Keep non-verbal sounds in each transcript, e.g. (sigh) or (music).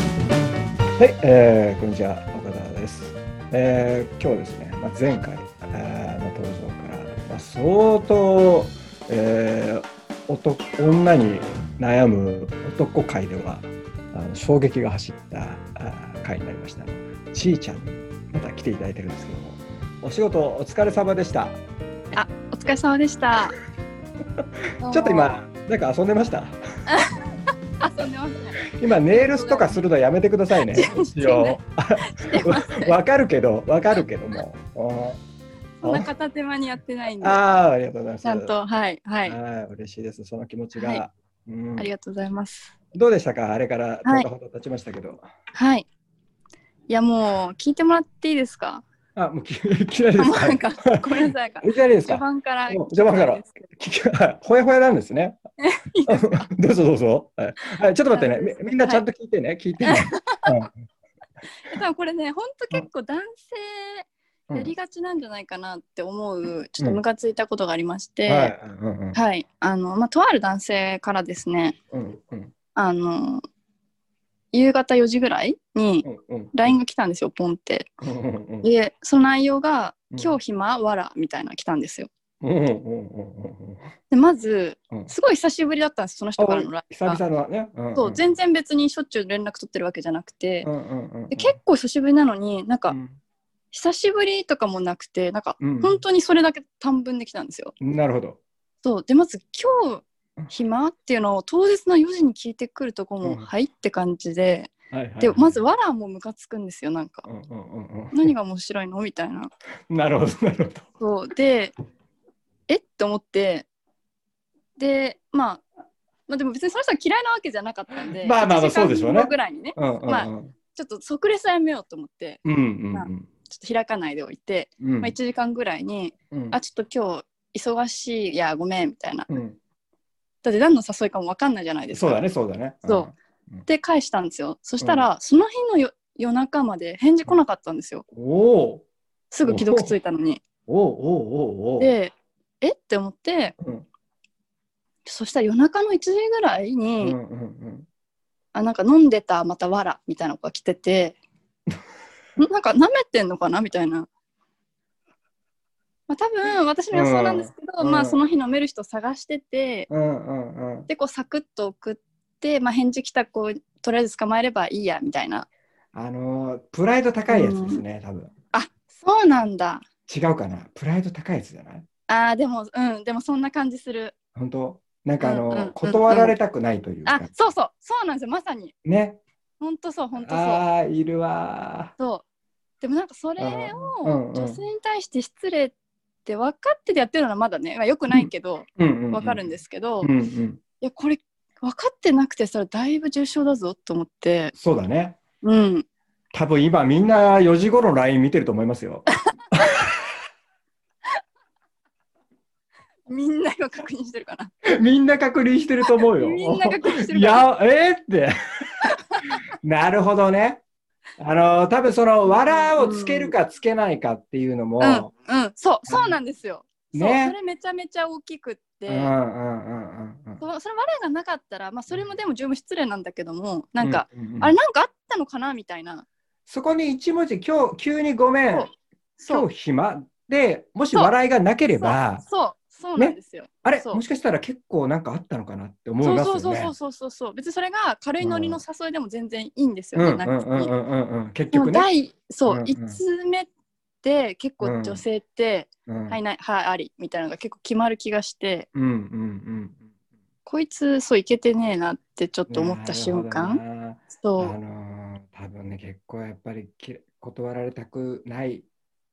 はい、えー、こんにちは、岡田です。えー、今日はですね、まあ、前回、えーの登場から、まあ、相当、えー、男女に悩む男界ではあの衝撃が走ったあー回になりました。ちーちゃんにまた来ていただいてるんですけども、お仕事お疲れ様でした。お疲れ様でした。 (laughs) ちょっと今、なんか遊んでました。あ。遊んでますね。今、ネイルスとかするのやめてください (laughs) ね。一応。してますね。 (laughs) わかるけど、わかるけど (laughs) も。うんそんな片手間にやってないんで、ああ、ありがとうございます。ちゃんとはいはい、はい、嬉しいです。その気持ちが。はうんありがとうございます。どうでしたかあれからは10い日ほど経ちましたけど。はい。いやもう聞いてもらっていいですか。あ、もうき (laughs) いきなりでもすうなんかかごめんなさいなんか。 (laughs) いきなりです序か盤からもう序盤から聞きたいんですけどき (laughs) きほやほやなんです (laughs) ね。 (laughs) どうぞどうぞ、はいはい。ちょっと待ってね。みみんなちゃんと聞いてね。聞いてね。え多分これね本当結構男性やりうがちなんじゃないかなって思うちょっとムカついたことがありまして、んははいい、うんうんあのまあとある男性からですねうんうんあの夕方4時ぐらいにうんうん LINE が来たんですよポンって。うんうんうんでその内容がうん「今日暇わら」みたいなの来たんですよ。うんうんうんうんでまずうんすごい久しぶりだったんですその人からの LINE 久が。々のね。うんうんそう全然別にしょっちゅう連絡取ってるわけじゃなくてうんうんうんうんで結構久しぶりなのになんうかん久しぶりとかもなくてなんかうん本当にそれだけ短文で来たんですよ。なるほど。そうでまず「今日暇?」っていうのを当日の4時に聞いてくるとこうもん「はい」って感じではいはいでまず「わら」もムカつくんですよなんかうんうんうんうん何が面白いのみたいな。なるほど、なるほど。そうでえって思ってでまあまあでも別にその人は嫌いなわけじゃなかったんでまあまあまあ1時間そうでしょうね後ぐらいにねうんうんうんまあちょっと即レスはやめようと思ってうんうんちょっと開かないでおいて、うんうんまあ、1時間ぐらいにうん「あちょっと今日忙しいいやごめん」みたいなうんだって何の誘いかも分かんないじゃないですかそうだね、そうだね。そで返したんですよそしたら、その日のよ夜中まで返事来なかったんですようん。おおすぐ既読ついたのにおおおおおお。でえって思ってうん、そしたら夜中の1時ぐらいうんに、うんうん。あなんか飲んでたまたわらみたいな子が来 (laughs) ててんなんか舐めてんのかなみたいな。まあ、多分私の予想なんですけど、うんまうあんその日飲める人探してて、うんうんうん。でこうサクッと送って、まあ、返事来た子とりあえず捕まえればいいやみたいなあのー、プライド高いやつですね、多分。あそうなんだ違うかなプライド高いやつじゃないあーでもうんでもそんな感じする本当なんかあうんうんうのん、断られたくないというあか。そうそうそうなんですよまさにね。ほんとそうほんとそうああ、いるわそうでもなんかそれうんうんうをん女性に対して失礼って分かっててやってるのはまだね、まあ、よくないけど、ー。うんうんうん。わかるんですすけど、うんいうん。やこれ分かってなくてそれだいぶ重症だぞと思ってそうだね。うん多分今みんな4時頃 LINE 見てると思いますよ。 (laughs) みんなが確認してるかなみんな確認してると思うよ。みんなが確認してるいかなや、えーって。 (laughs) なるほどね。あの、多分その、わらをつけるかつけないかっていうのも、うんうんそうそうなんですよ、そうそね。れめちゃめちゃ大きくって、うんうんうんうんうん。そうそれ我がなかったら、まあ、それもでも十分失礼なんだけどもなんか、うううんあれなんかあったのかなみたいなそこに一文字、今日、急にごめそん今う、そう日暇で、もしそう笑いがなければ、そうそうなんですよ、あれ、そうもしかしたら結構なんかあったのかなって思そいうますそうよそうねそう。そうそうそう別にそれが軽いノリの誘いでも全然いいんですうよんうね、んなうんんかうんうんうん。結でも局ね。第そう、うんうん5つ目って結構女性って、うんはいないはいありみたいなのが結構決まる気がしてうんうんうん。こいつそういけてねえなってちょっと思ったなる瞬間ほどな。そあう、のー多分ね結構やっぱりき断られたくない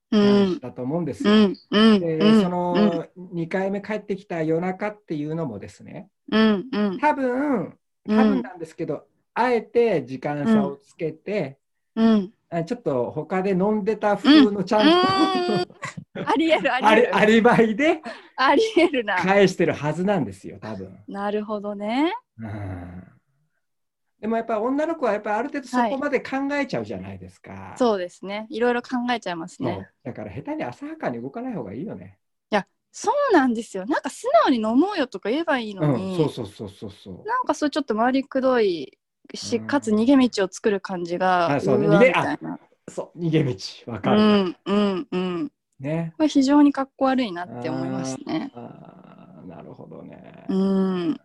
うん、だと思うんですうよ。んうんで、うんそうんの2回目帰ってきた夜中っていうのもですねうんうん多分多分なんですけど、あえて時間差をつけて、 (laughs) うんあちょっと他で飲んでた風のちゃんと、ありえるあアりえリるアリバイでありえるな返してるはずなんですよ多分。なるほどねうんでもやっぱ女の子はやっぱある程度そこまで考えちゃうじゃないですか。そうですねいろいろ考えちゃいますそうねだから下手に浅はかに動かない方がいいよね。そうなんですよなんか素直に飲もうよとか言えばいいのうん、に、そうそうそうそうそう。なんかそういうちょっと回りくどいし、うんかつ逃げ道を作る感じがあそう逃わげみたいなそう逃げ道わうかる、んうんうんねこれ非常にかっこ悪いなって思いますねあーなるほどね、うん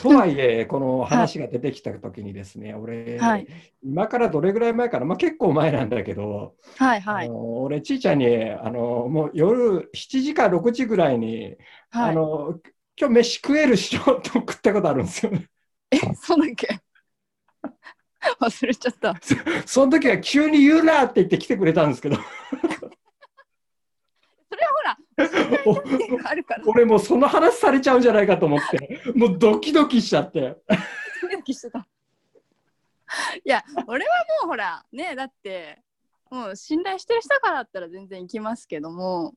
とはいえこの話が出てきた時にですね、俺、はい今からどれぐらい前かな、まあ、結構前なんだけど、はいはあいの俺ちいちゃんにあのもう夜7時か6時ぐらいに、はあいの今日飯食えるしょって送ったことあるんですよね。えそうだっけ (laughs) 忘れちゃったその時は急に言うなって言って来てくれたんですけど、それはほら (laughs) おあるから俺もうその話されちゃうんじゃないかと思って、もうドキドキしちゃって。ドキドキしてた。 (laughs) いや、俺はもうほら、ね、だって、もう信頼してる人からだったら全然行きますけども、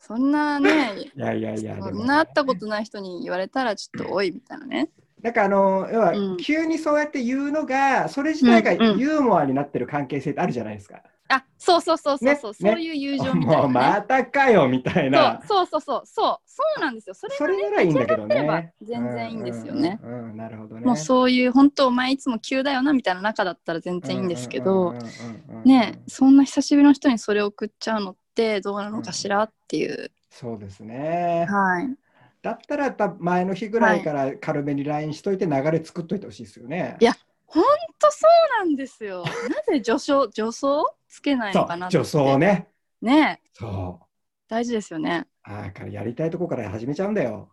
そんなね、いやいやいや、でそもんな会ったことない人に言われたらちょっと多いみたいなね。なんかあの、要はうん急にそうやって言うのが、それ自体がうんうんユーモアになってる関係性ってあるじゃないですか。あ、そうそうそうそうそう、ねねそういう友情みたもういな、ねまたかよみたいな。そうそうそうそうそうそうなんですよ。それそがれならいいんだけどればね。全然いいんですよね。うん。うんうんなるほどね。もうそういう本当お前いつも急だよなみたいな仲だったら全然いいんですけど、うんうんうんうんうん。ねそんな久しぶりの人にそれを送っちゃうのってどうなのかしらっていう、そうですね。はいだったらやっぱ前の日ぐらいから軽めに LINE しといて流れ作っといてほしいですよね。いや本当そうなんですよ。なぜ助走助走つけないそのうかなって。女装ね。ねえそう。大事ですよね。ああからやりたいとこから始めちゃうんだよ。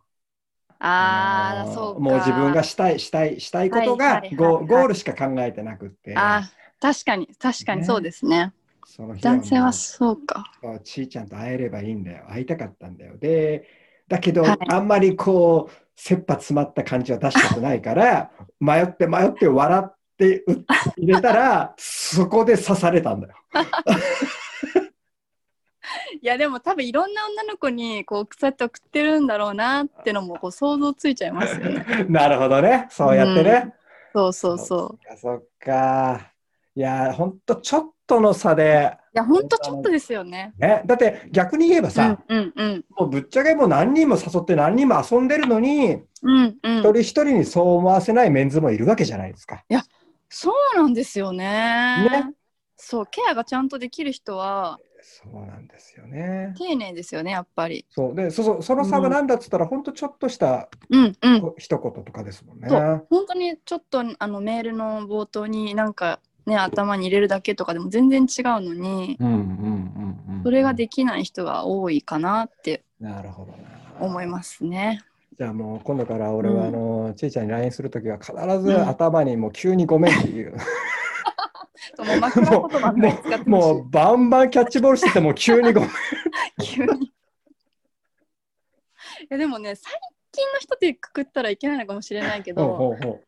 あー、あのーそうか。もう自分がしたいしたいしたいことはがいはいはいゴはいゴールしか考えてなくって。あー確かに確かにねそうですね。その日男性はそそうか。うちいちゃんと会えればいいんだよ。会いたかったんだよ。で、だけど、はいあんまりこう、切羽詰まった感じは出したくないから、迷って迷って笑ってう入れたら、そこで刺されたんだよ。いやでも多分いろんな女の子にこうそうやって送ってるんだろうなってのもこう想像ついちゃいますよね。 (laughs) なるほどね。そうやってね。そうそうそう。う。そっか。いやー、ほんとちょっとの差で、いやほんとちょっとですよね。ね、だって逆に言えばうさん、うんうんもうぶっちゃけもう何人も誘って何人も遊んでるのに、うん一うん。人一人にそう思わせないメンズもいるわけじゃないですか。そうなんですよね。ねそうケアがちゃんとできる人はそうなんですよね。丁寧ですよねやっぱり。そうでそうそうその差は何だっつったら、ほんとちょっとしたうんうん。こ一言とかですもんね。そね本当にちょっとあのメールの冒頭になんかね頭に入れるだけとかでも全然違うのにうんうんうんうんそれができない人が多いかなってなるほどな。思いますね。じゃあもう今度から俺はうんあの、ちいちゃんに LINE するときは必ずうん頭にもう急にごめんっていう、ちょっともう枕言葉みたいに使ってもほうバンバンキャッチボールしてても急にごめん。しい急に。い (laughs) やでもね最近の人ってくくったらいけないのかもしれないけほうどほうほ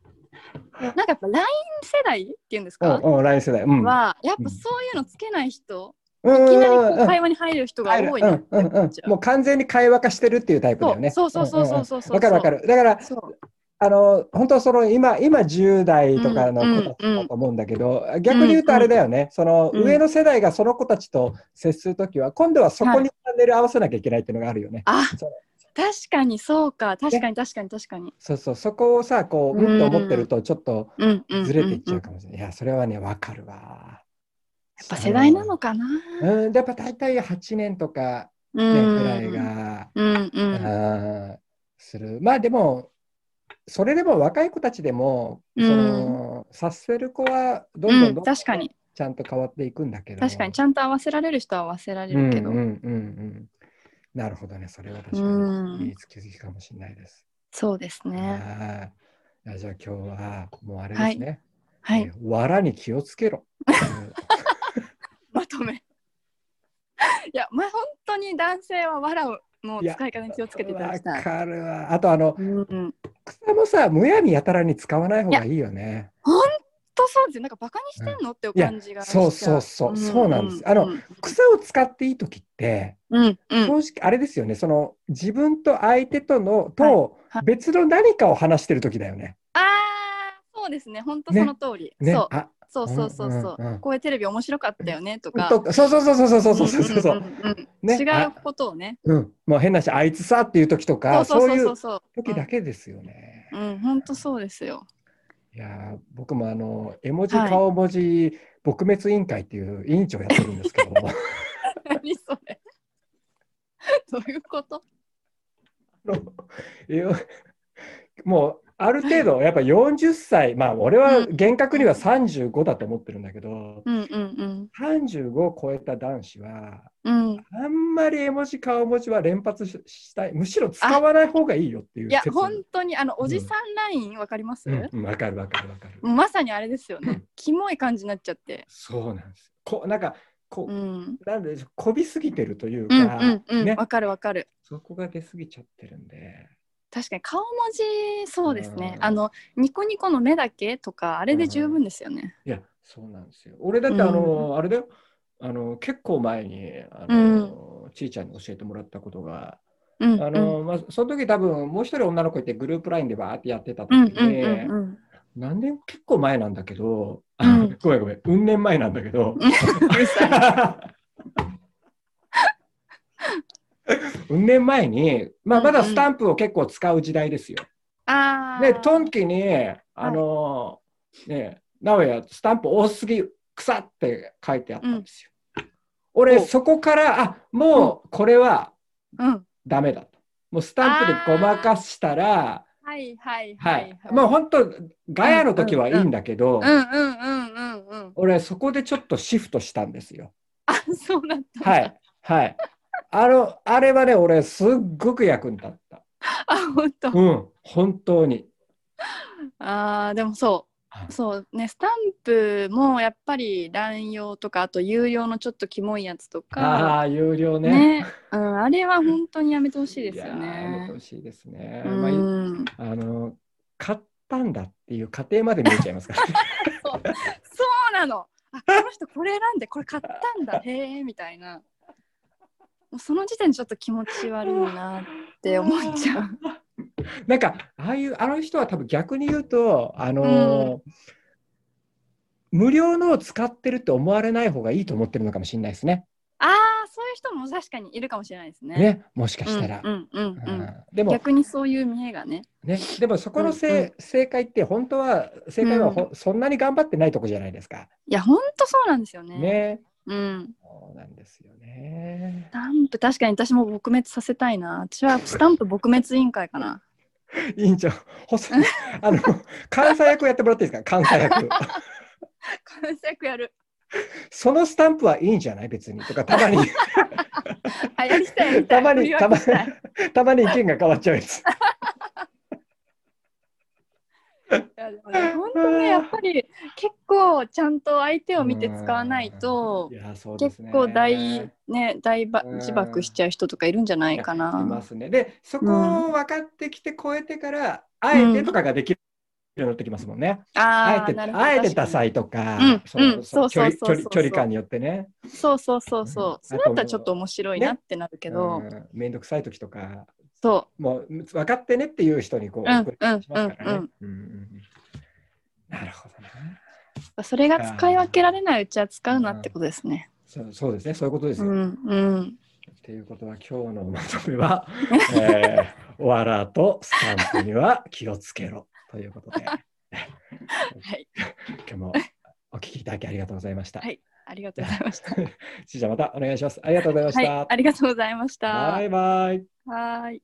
うなんかやっぱ LINE 世代っていうんですうかんうん LINE 世代。うんはやっぱそういうのつけない人うんいきなりうんこうんう会話に入る人が多いなってうんうんう思っんちゃもう。う完全に会話化してるっていうタイプだよね。そうそうそうそうわ、そうそう。かるわかる。る。だからそうあの本当その今今10代とかの子たちだと思うんだけど、逆に言うとあれだよね、そのうん上の世代がその子たちと接するときは、今度はそこにチャンネル合わせなきゃいけないっていうのがあるよね。あそう確かにそうか確かに確かに確かに。そうそうそこをさこううんうんと思ってるとちょっとうんうんうん、うん。ずれていっちゃうかもしれない。いやそれはねわかるわ。やっぱ世代なのかな。うん、でやっぱ大体8年とか、うね、ん。くらいが。うんうん。あーする。まあでも、それでも若い子たちでも、うんその察せる子はどんどんうどんどん、ん確かにちゃんと変わっていくんだけど。確かにちゃんと合わせられる人は合わせられうるんけうんど、うんうん。なるほどね、それは確かうんにいい気づきかもしれないです。そうですねはいいやじゃあ今日はもうあれですね。はえいー藁に気をつけろ。まとめいやまあ本当に男性は藁をの使い方に気を (laughs) つけていただきたわいかるわ。あとあの、うん、本草もさ、むやみやたらに使わない方がいいよね。当そうですよなんかバカにしてんのっていう感じがしちゃそうそうそうそうなんですあのうん草を使っていい時って、うんうん正直あれですよねその自分と相手とのとはい別の何かを話してる時だよね。ああそうですね本当その通り、ね、そうあそうそうそうそう,、うんうんうんこういうテレビ面白かったよねとかとそうそうそうそうそうそうそうそうそんうんうんうんね違あうことをねうんもう変なしあいつさっていう時とかそうそうそういそうそううそう時だけですよね。うん本当そうですよ (laughs) いやー僕もあの絵文字顔文字撲滅委員会っていう委員長やってるんですけど、あ何それ (laughs) どういうことのよ (laughs) もうある程度やっぱ40歳まあ俺は厳格には35だと思ってるんだけど、うんうん35を超えた男子はうん。うん。あんまり絵文字顔文字は連発ししたいむしろ使わない方がいいよっていういや、説本当に、あの、おじさんラインわかります、うんうんわかるわかるわかる、もうまさにあれですよね。キモい感じになっちゃって。そうなんですこうなんかこう、うん。なんでしょうこびすぎてるといううんうか、んうん。ねわ、かるわかる。そこが出過ぎちゃってるんで。確かに顔文字そうですね、うんあのニコニコの目だけとかあれで十分ですよね、いや、そうなんですよ。俺だって、あの、あれだよ。あの、結構前に、あの、ちいちゃんに教えてもらったことが、うんうん、あの、まあ、その時多分、もう一人女の子いてグループラインでバーってやってた時うんうんうんに、うん何年、結構前なんだけど、うんごめんごめん、うん年前なんだけ (laughs) ど、うん年前に、まあ、まだスタンプを結構使う時代ですよ。あで、ートンキに、あのー、ね、直哉、スタンプ多すぎ、草って書いてあったんですよ。俺、おそこから、あもうこれはうんダメだと。もうスタンプでごまかしたら、はいはいははいい。もう本当、ガヤの時はういんうんうんいんだけど、うんうんうんうんうん (laughs) 俺、そこでちょっとシフトしたんですよ。あそうなったんだはい。はい。あの、あれはね、俺、すっごく役に立った。あ本当、うん、本当に。あーでもそうそうねスタンプもやっぱり乱用とかあと有料のちょっとキモいやつとあかあ、有料ね。ねうん、あれは本当にやめてほしいですよいやーやめねてほしいですね。うんまあいあの買ったんだっていう過程まで見えちゃいますから、 (laughs) そうそうなのあこの人これ選んでこれ買った (laughs) んだへえみたいなもうその時点でちょっと気持ち悪いなって思っちゃう。なんかああいうあの人は多分逆に言うとあのー無料のを使ってるって思われない方がいいと思ってるのかもしれないですね。ああそういう人も確かにいるかもしれないですね。ね、もしかうんしたら。うんうんうんうんでも、逆にそういう見えがね。ね、でもそこのうんせい、正解って本当は正解はほ、そんなに頑張ってないとこじゃないですか。いやほんとそうなんですよね。ね、うん。そうなんですよねス。タンプ確かに私も撲滅させたいな。私はスタンプ撲滅委員会か (laughs) な。委員長、 (laughs) 細いあの関西役やってもらっていいですか、関西役。関西役やる。そのスタンプはいいんじゃない別にとかたまに (laughs) あやりたいやりたたい。まに振りた分まけしたいたまに意見が変わっちゃうやつ。いやでもね本当ねやっぱり結構ちゃんと相手を見て使わないとうんいやそうです結ね構大ね大ばうん自爆しちゃう人とかいるんじゃないかいまな。すね。でそこを分かってきて超えてから、あえてとかができる。ようになってきますもんね。あえああて、なるほど。あえてダい。サいとかうん、うんその距離そ距うそうそうそ離う距離感によってね。。そうそうそうそううんそれだったらちょっと面白いなってなるけど、うんめんどくさい時とか、そもう分かってねっていう人にこう、うん送ったりしますからねうんうんなるほどな。うそれが使い分けられないうちは使うなってことですね。そうそうですね、そういうことですうよ。んうん。っていうことは今日のまとめ (laughs) は、えー、わらとスタンプには気をつけろということ (laughs) で、はい今日もお聞きいただきありがとうございました。はいありがとうございました。しーちゃんまたお願いします。ありがとうございましはいた。ありがとうございました。バイバイ。はーい。